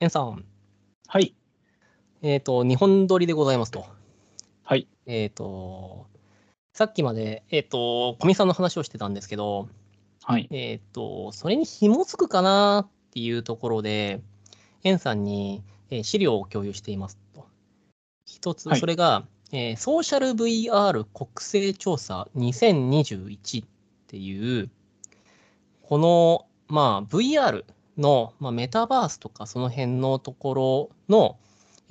エンさん、はい。えっ、と、日本撮りでございますと。はい。えっ、と、さっきまで、えっ、と、古見さんの話をしてたんですけど、はい。えっ、と、それに紐づくかなっていうところで、エンさんに、えー資料を共有していますと。一つは、いそれが、えーソーシャル VR 国勢調査2021っていう、この、まあ、VR の、まあ、メタバースとかその辺のところの、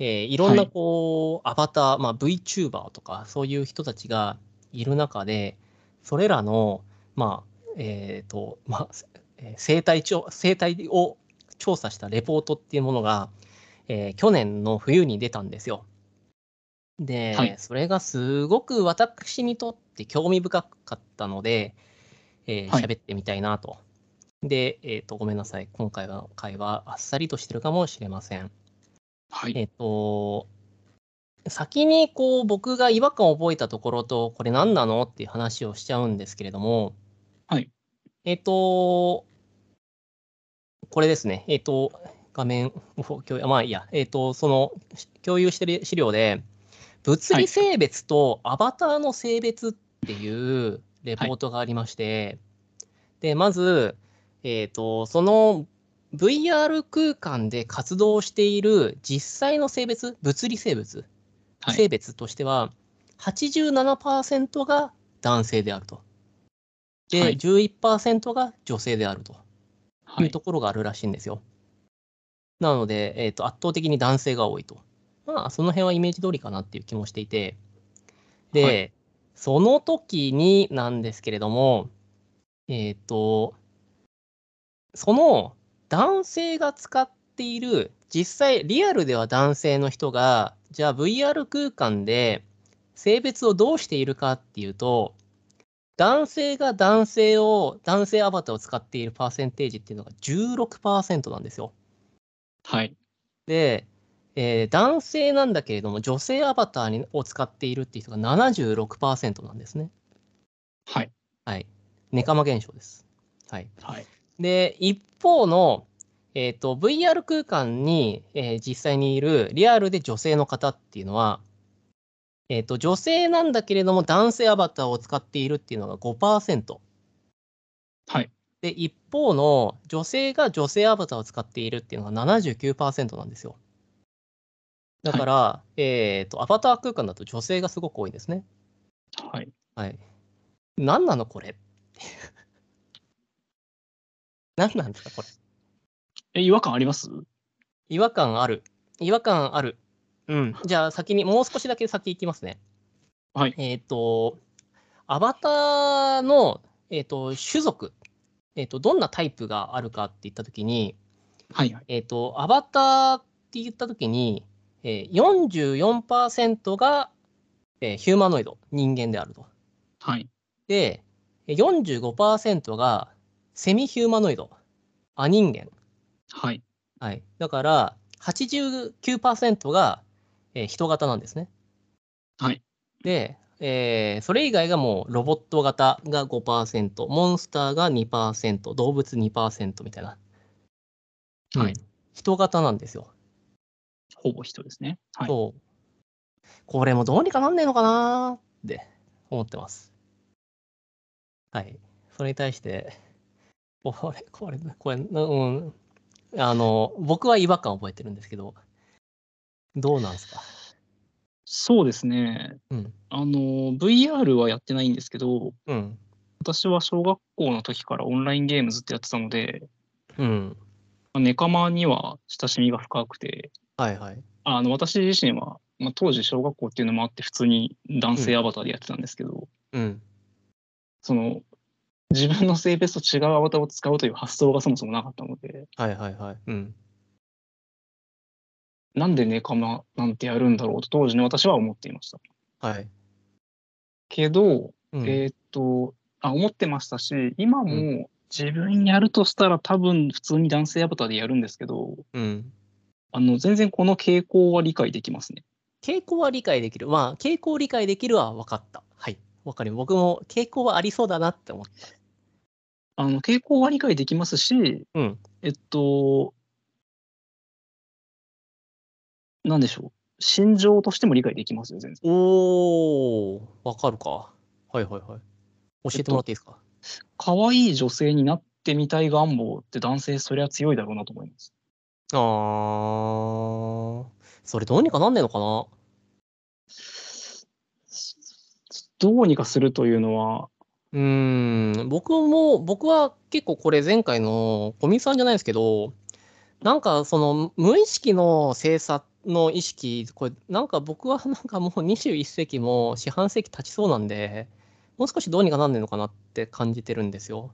えーいろんはないこう、アバター、まあ、VTuber とかそういう人たちがいる中で、それらの、まあ、えっ、と、まあ、えー生態調生態を調査したレポートっていうものが、えー去年の冬に出たんですよ。で、はいそれがすごく私にとって興味深かったので、えーはい喋ってみたいなと。で、えっ、と、ごめんなさい。今回の会話、あっさりとしてるかもしれません。はい。えっ、と、先にこう僕が違和感を覚えたところと、これ何なのっていう話をしちゃうんですけれども、はい。えっ、と、これですね。えっ、と、画面を共有、まあいいや、えっ、と、そのし共有してる資料で、物理性別とアバターの性別っていうレポートがありまして、で、まず、えっ、と、その VR 空間で活動している実際の性別、物理性別、はい性別としては、87%が男性であると。で、はい11%が女性であると。はいいうところがあるらしいんですよ。なので、えーと、圧倒的に男性が多いと。まあ、その辺はイメージ通りかなっていう気もしていて。で、はその時になんですけれども、えっ、と、その男性が使っている、実際リアルでは男性の人が、じゃあ VR 空間で性別をどうしているかっていうと、男性が男性を、男性アバターを使っているパーセンテージっていうのが16%なんですよ。はい。で、えー男性なんだけれども、女性アバターにを使っているっていう人が76%なんですね。はい。はい。ネカマ現象です。はい。はい。で、一方の、えー、と VR 空間に、えー実際にいるリアルで女性の方っていうのは、えー、と女性なんだけれども男性アバターを使っているっていうのが5%。はい。で、一方の女性が女性アバターを使っているっていうのが79%なんですよ。だから、えっ、と、アバター空間だと女性がすごく多いんですね。はい。はい。何なのこれ 何なんですかこれ。え、違和感あります違和感ある。違和感ある。うん。じゃあ先に、もう少しだけ先行きますね。はい。えっ、と、アバターの、えっと種族、えっとどんなタイプがあるかって言ったときに、はい。はい。えっ、と、アバターって言ったときに、えー、44%が、えーヒューマノイド、人間であると。はい。で、えー45%がセミヒューマノイド、ア人間。はい。はい。だから、89%が、えー人型なんですね。はい。で、えーそれ以外がもうロボット型が5%、モンスターが2%、動物2%みたいな。はうんい人型なんですよ。ほぼ人ですね。はい。そう。これもどうにかなんねえのかなーって思ってます。はい。それに対して、これ、これ、これ、うん。あの、僕は違和感を覚えてるんですけど、どうなんですかそうですね。うん。あの、VR はやってないんですけど、うん。私は小学校の時からオンラインゲームずっとやってたので、うん。まあネカマには親しみが深くて、はいはい。あの、私自身は、まあ、当時小学校っていうのもあって普通に男性アバターでやってたんですけど、うん。その、自分の性別と違うアバターを使うという発想がそもそもなかったので、はいはいはい。うん。なんでネカマなんてやるんだろうと当時の私は思っていました。はい。けど、うんえーっとあ、思ってましたし、今も自分やるとしたら多分普通に男性アバターでやるんですけど、うん。あの全然この傾向は理解できますね。傾向は理解できる。まあ、傾向を理解できるは分かった。はい。分かります僕も傾向はありそうだなって思った。あの傾向は理解できますし、うん。えっと、なんでしょう。心情としても理解できますよ、全然。おー、わかるか。はいはいはい。教えてもらっていいですか。可愛い女性になってみたい願望って男性、そりゃ強いだろうなと思います。あー、それどうにかなんねえのかな。どうにかするというのは、うーん、僕も、僕は結構これ前回の小見さんじゃないですけど、なんかその無意識の精査の意識、これなんか僕は なんかもう21世紀も四半世紀経ちそうなんで、もう少しどうにかなんねえのかなって感じてるんですよ。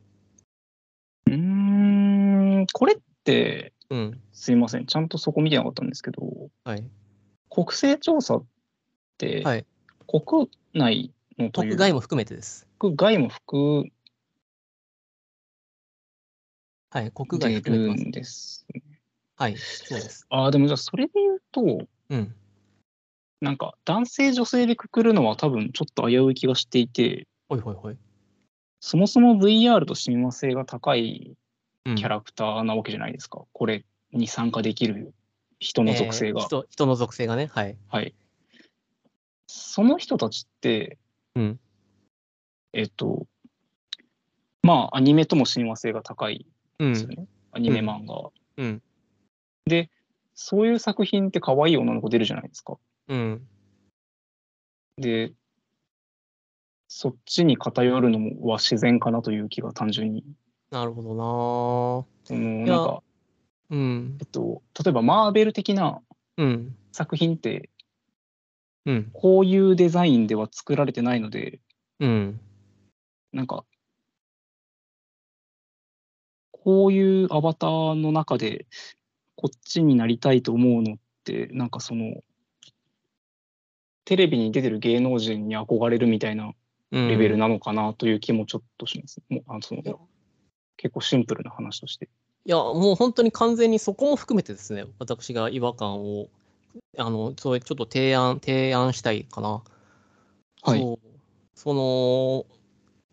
うーん、これって、うん。すいません、ちゃんとそこ見てなかったんですけど、はい。国勢調査って、はい国内のとい国う外も含めてです。国外も含はい。国ん外で含めてるます。んです。はい。そうです。ああ、でもじゃあそれで言うと、うん。なんか男性女性でくくるのは多分ちょっと危うい気がしていて、ほいほいほい。そもそも VR と親和性が高いうんキャラクターなわけじゃないですか。これに参加できる人の属性えーが。人人の属性がね。はい。はい。その人たちって、うんえっと、まあ、アニメとも親和性が高いうんですよん。ね。アニメ漫画。うん。そういう作品って可愛い女の子出るじゃないですか。うん。で、そっちに偏るのは自然かなという気が単純に。なるほどそのいやなんか、なーうんえ。っと、例えばマーベル的なうん。作品って、うん。こういうデザインでは作られてないので、うん。なんか、こういうアバターの中で、こっちになりたいと思うのって、なんかその、テレビに出てる芸能人に憧れるみたいなレベルなのかなという気もちょっとします。もうあのそのいや結構シンプルな話として。いや、もう本当に完全にそこも含めてですね、私が違和感を、あの、そういうちょっと提案、提案したいかな。はい。そう。そ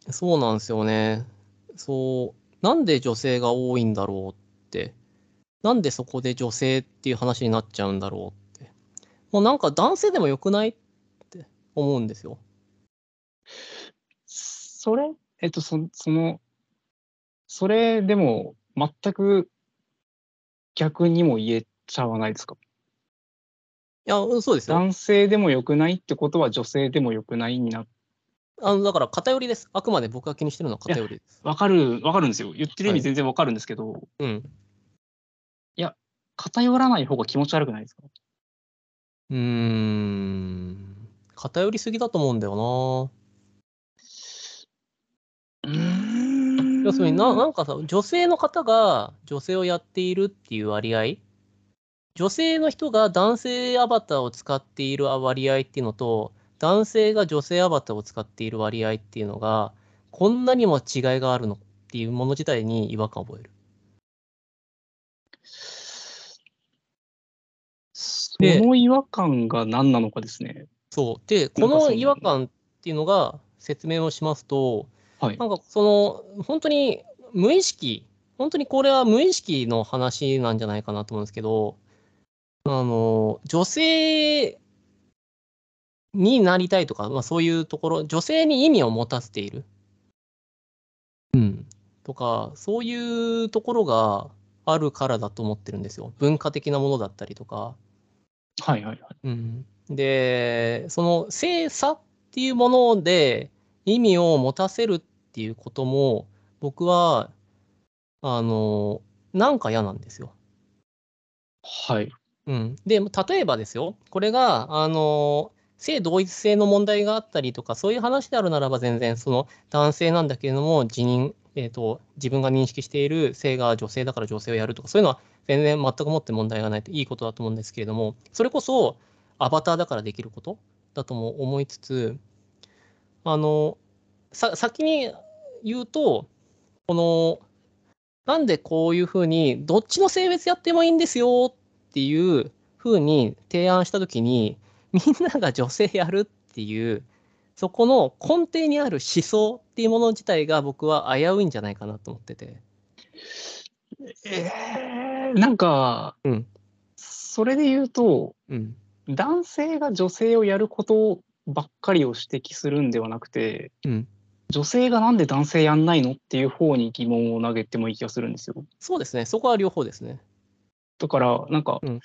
の、そうなんですよね。そう。なんで女性が多いんだろうって。なんでそこで女性っていう話になっちゃうんだろうって。もうなんか男性でもよくないって思うんですよ。それ、えっと、そその、それでも全く逆にも言えちゃわないですか。いや、うんそうですよ。男性でも良くないってことは女性でも良くないになあの、だから偏りです。あくまで僕が気にしてるのは偏りです。わかる、わかるんですよ。言ってる意は味い全然わかるんですけど、うん。偏らない方が気持ち悪くないですかうーん。偏りすぎだと思うんだようーんな。要するにな、なんかさ、女性の方が女性をやっているっていう割合、女性の人が男性アバターを使っている割合っていうのと、男性が女性アバターを使っている割合っていうのが、こんなにも違いがあるのっていうもの自体に違和感を覚える。その違和感が何なのかですね。そう。で、なこんかそのの違和感っていうのが説明をしますと、はいな。んかその、本当に無意識、本当にこれは無意識の話なんじゃないかなと思うんですけど、あの、女性になりたいとか、まあそういうところ、女性に意味を持たせている。うん。とか、そういうところがあるからだと思ってるんですよ。文化的なものだったりとか。はいはいはい。うん、でその性差っていうもので意味を持たせるっていうことも僕はあのなんか嫌なんですよ。はい。うん、で例えばですよこれがあの性同一性の問題があったりとかそういう話であるならば全然その男性なんだけれども自認、えー、と自分が認識している性が女性だから女性をやるとかそういうのは全然全くもって問題がないといいことだと思うんですけれどもそれこそアバターだからできることだとも思いつつあのさ先に言うとこのなんでこういうふうにどっちの性別やってもいいんですよっていう風に提案した時にみんなが女性やるっていうそこの根底にある思想っていうもの自体が僕は危ういんじゃないかなと思ってて。えー、なんか、うんそれで言うと、うん。男性が女性をやることばっかりを指摘するんではなくて、うん女性がなんで男性やんないのっていう方に疑問を投げてもいい気がするんですよ。そうですね。そこは両方ですね。だから、なんか、うん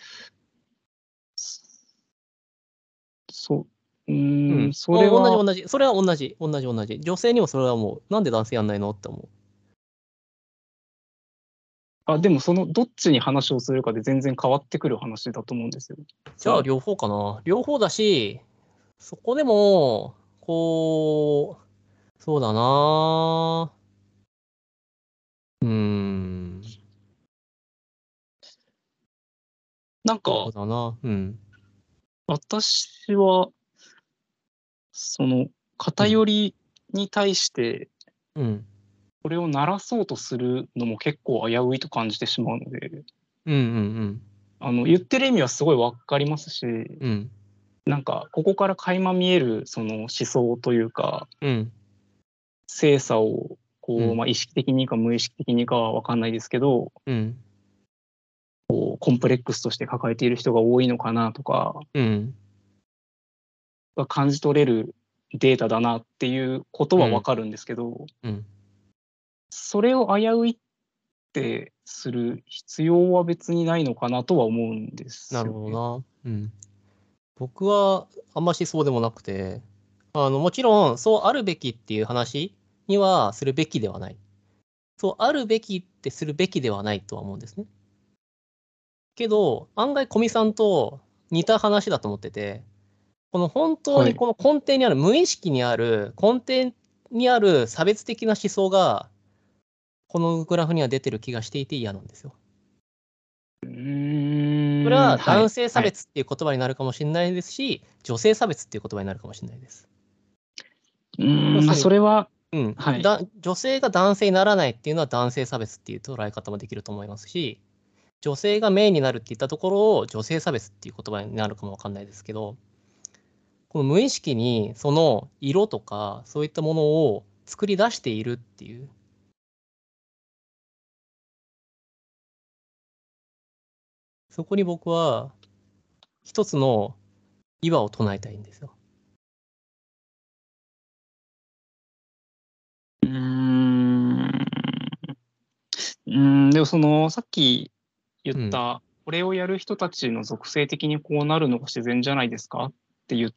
そう、ううーん、ん。それは、同じ同じ。それは同じ。同じ同じ。女性にもそれはもう、なんで男性やんないのって思う。あ、でもその、どっちに話をするかで全然変わってくる話だと思うんですよ。じゃうあん両方かな。両方だし、そこでも、こう、そうだなうーん。なんか、そうだなうん。私は、その、偏りに対して、うん。これを鳴らそうとするのも結構危ういと感じてしまうので、うんうんあの言ってる意味はすごいわかりますし、うん。うん。なんかここから垣間見えるその思想というか、うん。性差をこう、うんまあ、意識的にか無意識的にかはわかんないですけど、うん。こうコンプレックスとして抱えている人が多いのかなとか、うん。が感じ取れるデータだなっていうことはわかるんですけど、うん。それを危ういってする必要は別にないのかなとは思うんですなよ、ね。るほどな。うん。僕はあんましそうでもなくて、あの、もちろん、そうあるべきっていう話にはするべきではない。そうあるべきってするべきではないとは思うんですね。けど、案外、古見さんと似た話だと思ってて、この本当はにいこの根底にある、無意識にある、根底にある差別的な思想が、このグラフには出てる気がしていて嫌なんですよ。うーんそれは男い性差別っていう言葉になるかもしれないですし、女性差別っていう言葉になるかもしれないです。うーん、まあ、そそうれは、うんはいだ女性が男性にならないっていうのは男性差別っていう捉え方もできると思いますし、女性がメインになるって言ったところを女性差別っていう言葉になるかもわかんないですけど、この無意識にその色とかそういったものを作り出しているっていう。そこに僕は一つの岩を唱えたいんですよ。うーん、うーん、でもその、さっき言った、これをやる人たちの属性的にこうなるのが自然じゃないですかって言っ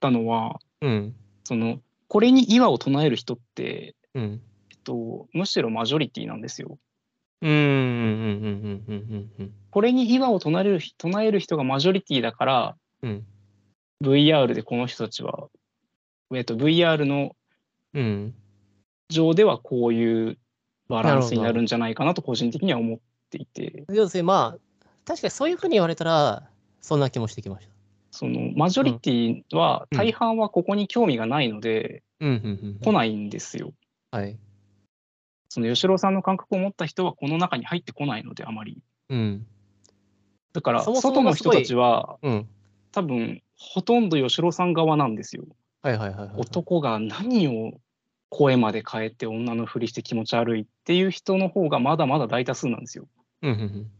たのは、うん。その、これに岩を唱える人って、うん。えっと、むしろマジョリティなんですよ。うんうんうんうんうんうんうんこれに岩を唱える人唱える人がマジョリティだから、うん。 VR でこの人たちは、えっと、VR のうん。上ではこういうバランスになるんじゃないかなと個人的には思っていて、要するにまあ、確かにそういうふうに言われたら、そんな気もしてきました。そのマジョリティはうん大半はここに興味がないのでうんうん来ないんですよ。はい。その吉郎さんの感覚を持った人はこの中に入ってこないのであまり。うん。だからそもそも外の人たちはうん。多分ほとんど吉郎さん側なんですよ。はいはいはいはい。。男が何を声まで変えて女のふりして気持ち悪いっていう人の方がまだまだ大多数なんですよ。うんうんうん。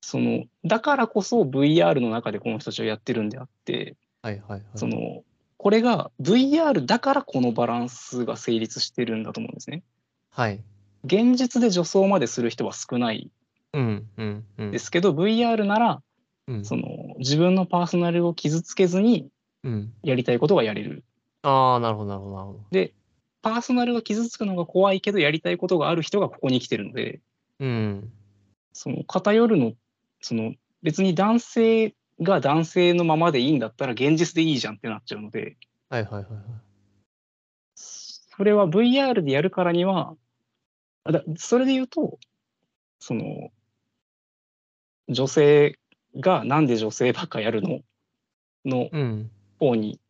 そのだからこそ VR の中でこの人たちをやってるんであってはいはいはい。そ、のこれが VR だからこのバランスが成立してるんだと思うんですね。はい。現実で女装までする人は少ないうんうんうん。ですけど VR ならうん。その自分のパーソナルを傷つけずにうん。やりたいことがやれるああ、なるほどなるほどなるほど。パーソナルが傷つくのが怖いけどやりたいことがある人がここに来てるのでうん。その偏るのその別に男性が男性のままでいいんだったら現実でいいじゃんってなっちゃうのではいはいはいはい。それは VR でやるからにはあだそれで言うとその女性がなんで女性ばっかやるののうん。方に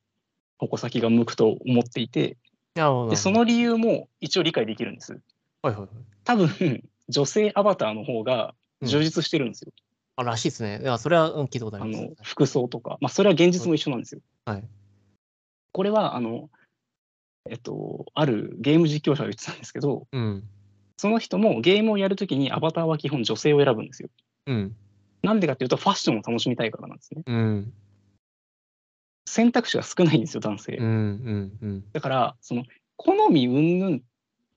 矛先が向くと思っていてなるほどなるほど。でそ、の理由も一応理解できるんですはいはいはい。多分女性アバターの方が充実してるんですよ、あ、らしいですね。いや、それは、うん、聞いたことあありますの。服装とか、まあ、それは現実も一緒なんですよはい。これはあのえっとあるゲーム実況者が言ってたんですけどうん。その人もゲームをやるときにアバターは基本女性を選ぶんですようん。なんでかっていうと、ファッションを楽しみたいからなんですね。うん。選択肢が少ないんですよ、男性。うん。うん。うん。だから、その、好み云々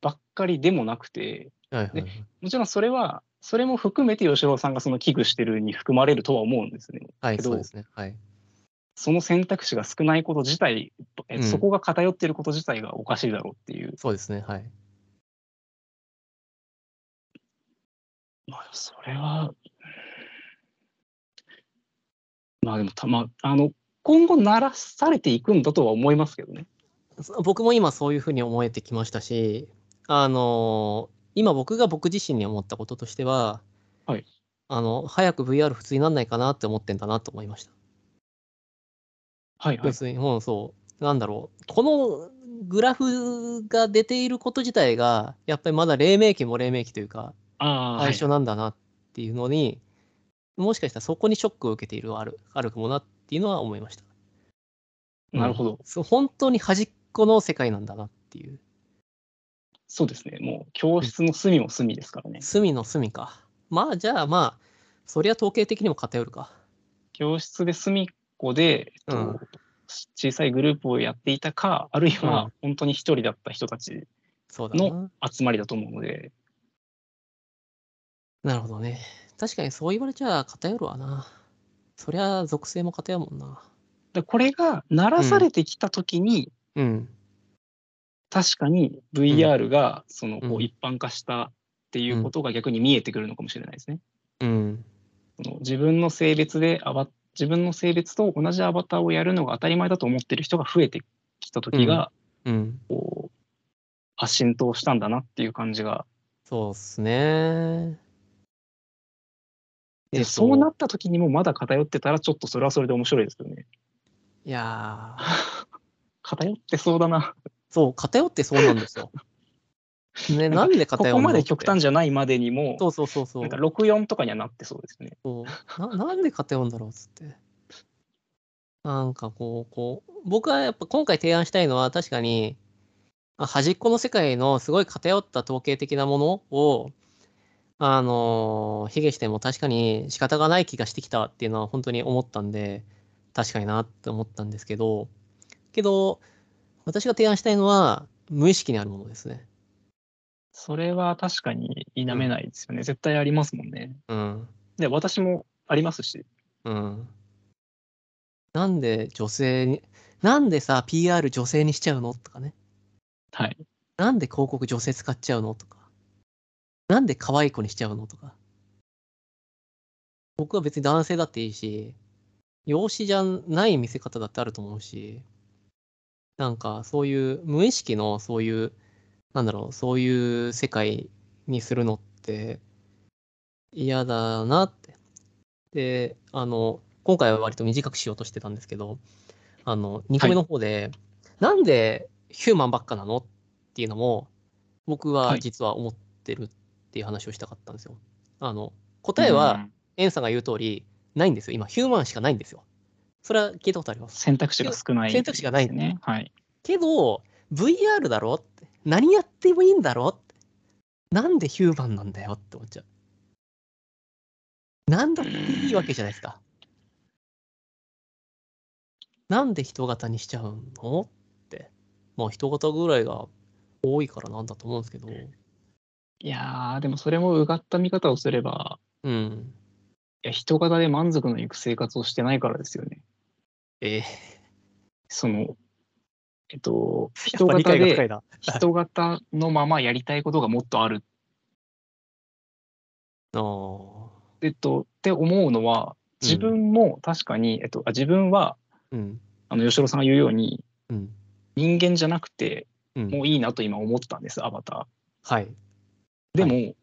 ばっかりでもなくて、はいはいはい。もちろんそれは、それも含めて吉郎さんがその危惧してるに含まれるとは思うんですね。はい、けどそうですね。はい。その選択肢が少ないこと自体、えうんそこが偏ってること自体がおかしいだろうっていう。そうですね。はい。まあ、それは。まあでもた、まあ、あの、今後鳴らされていくんだとは思いますけどね。そ僕も今そういうふうに思えてきましたし、あのー今僕が僕自身に思ったこととしては、はいあの早く VR 普通になんないかなって思ってんだなと思いました。はいはい要。するにもうそうなんだろうこのグラフが出ていること自体がやっぱりまだ黎明期も黎明期というかああ、は最い初なんだなっていうのに、もしかしたらそこにショックを受けているはあるあるかもなっていうのは思いました。なるほど。そう本当に端っこの世界なんだなっていうそうですね。もう、教室の隅も隅ですからね。隅の隅か。まあじゃあまあそりゃ統計的にも偏るか。教室で隅っこで、えっとうん小さいグループをやっていたか、あるいは本当に一人だった人たちそうだな。集まりだと思うので、なるほどね。確かにそう言われちゃ偏るわな。そりゃ属性も偏るもんな。でこれが鳴らされてきたときに、うん。確かに VR がそのこううん一般化したっていうことが逆に見えてくるのかもしれないですね。うん。その自分の性別でアバ自分の性別と同じアバターをやるのが当たり前だと思ってる人が増えてきた時が、うん。こうあ浸透したんだなっていう感じが、そうっすね。でえっとそうなった時にもまだ偏ってたらちょっとそれはそれで面白いですけどね。 いやー偏ってそうだな。そう、偏ってそうなんです よ。ね、なんでこ偏るのこまで極って端じゃないまでにもそうそうそうそなうんか。64とかにはなってそうですね。そうな なんで偏るんだろうっつって。なんかこう、こう、僕はやっぱ今回提案したいのは確かに、あ端っこの世界のすごい偏った統計的なものを、あのー、卑下しても確かに仕方がない気がしてきたっていうのは本当に思ったんで、確かになって思ったんですけど、けど、私が提案したいのは、無意識にあるものですね。それは確かに否めないですよね。絶対ありますもんね。うん。で、私もありますし。うん。なんで女性に、なんでさ、PR 女性にしちゃうのとかね。はい。なんで広告女性使っちゃうのとか。なんで可愛い子にしちゃうのとか。僕は別に男性だっていいし、容姿じゃない見せ方だってあると思うし、なんかそういう無意識のそういう、なんだろう、そういう世界にするのって嫌だなって。で、あの、今回は割と短くしようとしてたんですけど、あの、2個目の方で、なんでヒューマンばっかなのっていうのも、僕は実は思ってるっていう話をしたかったんですよ。あの、答えは、うん、エンさんが言う通り、ないんですよ。今、ヒューマンしかないんですよ。それは聞いたことあります。選択肢が少ない、選択肢がないね。はい。けど、VR だろって、何やってもいいんだろって、なんでヒューマンなんだよって思っちゃう。なんだっていいわけじゃないですか。なんで人型にしちゃうのって。まあ、人型ぐらいが多いからなんだと思うんですけど。いやー、でもそれもうがった見方をすれば、うん。いや、人型で満足のいく生活をしてないからですよね。えー、その、えっと、 や人っぱ理型解が深いで、な。人型のままやりたいことがもっとある、あーえっと、って思うのは、自分も確かに、えっと、あ自分は、うん。あの、吉郎さんが言うように、うん。人間じゃなくて、うん。もういいなと今思ったんです、アバター。はい。でも、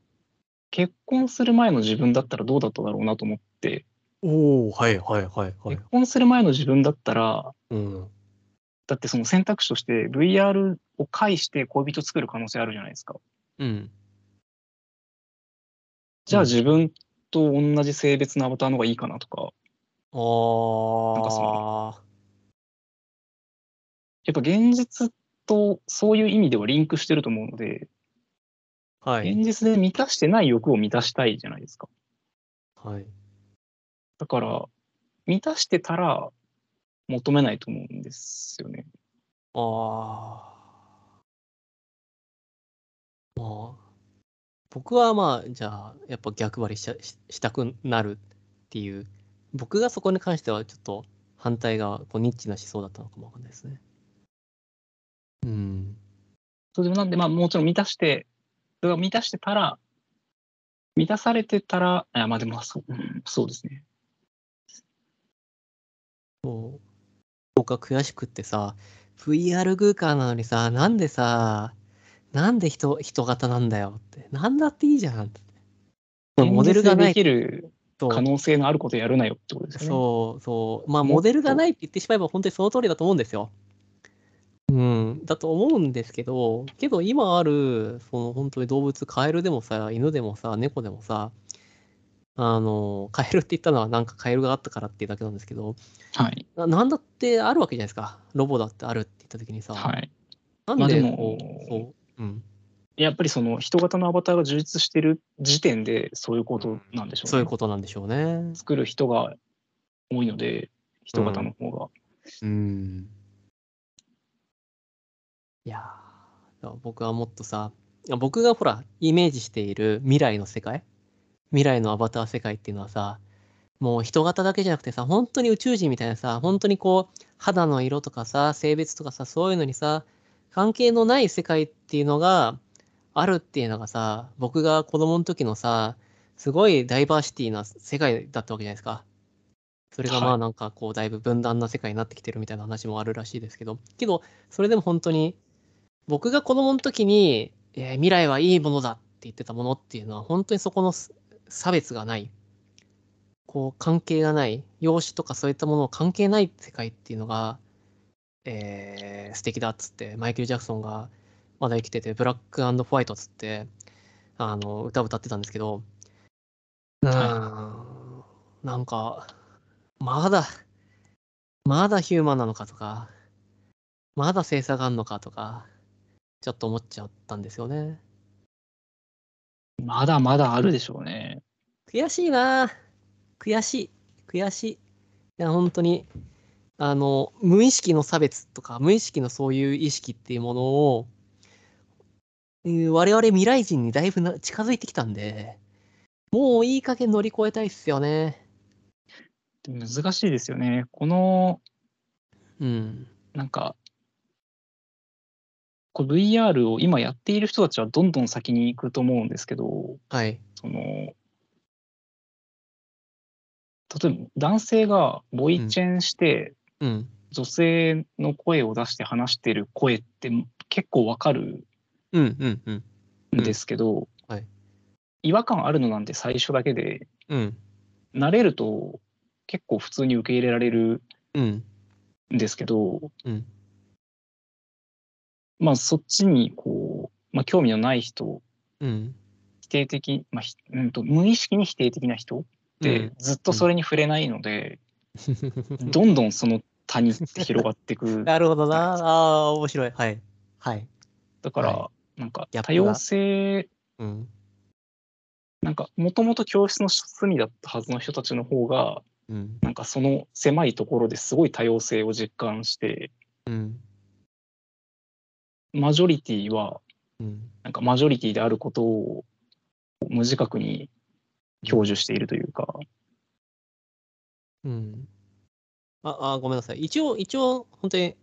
結婚する前の自分だったらどうだっただろうなと思って、おおはいはいはいはい結。婚する前の自分だったら、うん。だってその選択肢として VR を介して恋人作る可能性あるじゃないですか。うん。じゃあうん自分と同じ性別のアバターの方がいいかなとか、ああ。なんかそやっぱ現実とそういう意味ではリンクしてると思うので、はい。現実で満たしてない欲を満たしたいじゃないですか。はい。だから、満たしてたら求めないと思うんですよね。ああ。まあ、僕はまあ、じゃあ、やっぱ逆張りしちゃししたくなるっていう、僕がそこに関してはちょっと反対側、こうニッチな思想だったのかもわかんないですね。うん。それなんで、まあ、もちろん満たして、それが満たしてたら、満たされてたら、あまあでもそう、うんそうですね。そう。僕は悔しくってさ、VR グーカーなのにさ、なんでさ、なんで人、人型なんだよって。なんだっていいじゃんって。モデルがない現実でできると。可能性のあることをやるなよってことですよね。そうそう。まあ、もっとモデルがないって言ってしまえば、本当にその通りだと思うんですよ。うん、だと思うんですけど、けど今ある、その本当に動物、カエルでもさ、犬でもさ、猫でもさ、あの、カエルって言ったのは、なんかカエルがあったからっていうだけなんですけど、はい。ななんだってあるわけじゃないですか。ロボだってあるって言った時にさ、はい。なんでまあでもこう、そう、うん、やっぱりその人型のアバターが充実してる時点でそういうことなんでしょうね。そういうことなんでしょうね。作る人が多いので、人型の方が。うん。いやーだから僕はもっとさ、僕がほら、イメージしている未来の世界、未来のアバター世界っていうのはさ、もう人型だけじゃなくてさ、本当に宇宙人みたいなさ、本当にこう、肌の色とかさ、性別とかさ、そういうのにさ、関係のない世界っていうのがあるっていうのがさ、僕が子供の時のさ、すごいダイバーシティな世界だったわけじゃないですか。それがまはあいなんかこうだいぶ分断な世界になってきてるみたいな話もあるらしいですけど、けどそれでも本当に僕が子供の時に、えー未来はいいものだって言ってたものっていうのは本当にそこのす差別がない、こう関係がない、容姿とかそういったものを関係ない世界っていうのが、えー素敵だっつってマイケル・ジャクソンがまだ生きててブラックホワイトっつってあの歌を歌ってたんですけど、うーんなんかまだまだヒューマンなのかとかまだ性差があるのかとかちょっと思っちゃったんですよねまだまだあるでしょうね。悔しいな悔しい悔しいいや本当にあの無意識の差別とか無意識のそういう意識っていうものをうん我々未来人にだいぶな近づいてきたんでもういい加減乗り越えたいっすよねでも難しいですよね。この、うんなんか、こう VR を今やっている人たちはどんどん先に行くと思うんですけど、はいその、例えば男性がボイチェンして、うん女性の声を出して話してる声って結構わかるうんうんうんんですけど、うんはい違和感あるのなんて最初だけでうん慣れると結構普通に受け入れられるうんんですけど、うんまあ、そっちにこう、まあ、興味のない人うん否定的、まあひうん、と無意識に否定的な人ってずっとそれに触れないので、うんどんどんその谷って広がってい くなるほどなああー面白いはいはいだから、はなんかギャップ多が様性うんなんかもともと教室の隅だったはずの人たちの方がうんなんかその狭いところですごい多様性を実感してうんマジョリティはうんなんかマジョリティであることを無自覚に享受しているというか、うん。あ、あごめんなさい。一応、一応、本当に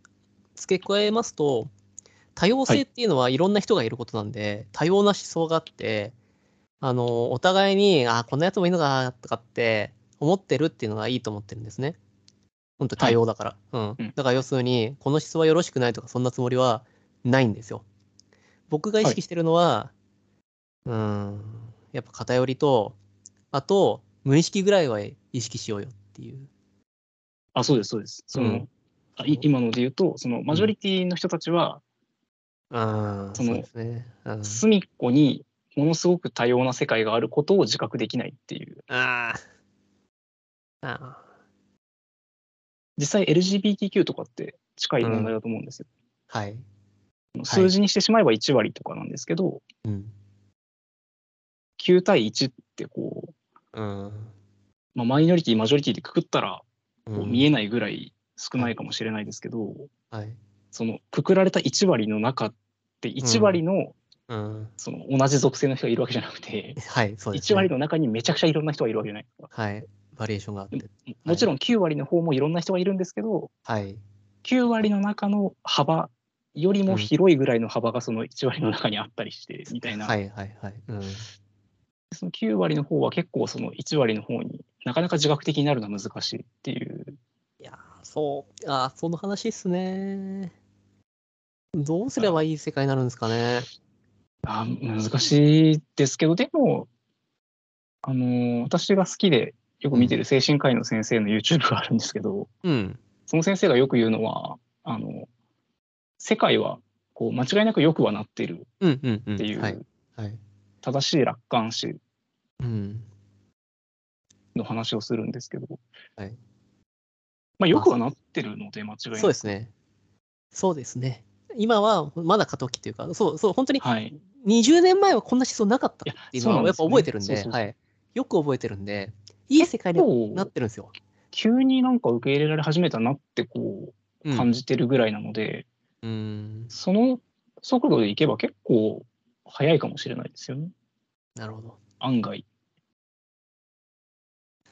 付け加えますと、多様性っていうのはいろんな人がいることなんで、多様な思想があって、あの、お互いに、あ、こんなやつもいいのかとかって思ってるっていうのがいいと思ってるんですね。本当多様だから。ううんん。だから要するに、この思想はよろしくないとか、そんなつもりはないんですよ。僕が意識してるのは、うーん、やっぱ偏りと、あと、無意識ぐらいは意識しようよっていう。あそうですそうですその、うんあい今ので言うとそのマジョリティの人たちはああ、そのそうですね。うん隅っこにものすごく多様な世界があることを自覚できないっていうああ。あ実際 LGBTQ とかって近い問題だと思うんですよ、あ。はい。数字にしてしまえば1割とかなんですけどうん。 9対1ってこううん。まあ、マイノリティマジョリティでくくったらうこうん見えないぐらい少ないかもしれないですけど、はい。そのくくられた1割の中って1割の,、うん。その同じ属性の人がいるわけじゃなくて、はい、そうです、ね。1割の中にめちゃくちゃいろんな人がいるわけじゃないですか。はい。バリエーションがあって。ももちろん9割の方もいろんな人がいるんですけど、はい。 9割の中の幅よりも広いぐらいの幅がその1割の中にあったりしてみたいな、はいはいはい。うん。その9割の方は結構その1割の方になかなか自覚的になるのは難しいっていういやーそう、あーその話っすね。どうすればいい世界になるんですかね。あ難しいですけどでもあの私が好きでよく見てる精神科医の先生の YouTube があるんですけどうん。その先生がよく言うのはあの世界はこう間違いなく良くはなってるうんうんうん。っていう、はい。はい。正しい楽観視うん。の話をするんですけど、はいまあよくはなってるので間違いなくそうですね。そうですね。今はまだ過渡期というか、そうそう、本当にはい20年前はこんな思想なかったっていういやそうのなんはやっでぱすよね覚えてるんで、そうそうそうはい。よく覚えてるんで、いい世界にそうなってるんですよ。急になんか受け入れられ始めたなってこううん感じてるぐらいなので、うん。その速度でいけば結構早いかもしれないですよねなるほど。案外。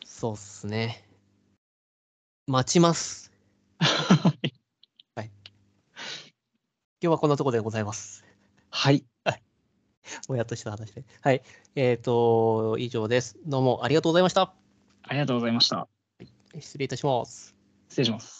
そうっすね。待ちます。今日はこんなところでございます。はい。もやっとした話で。はい。えっ、と、以上です。どうもありがとうございました。ありがとうございました。失礼いたします。失礼します。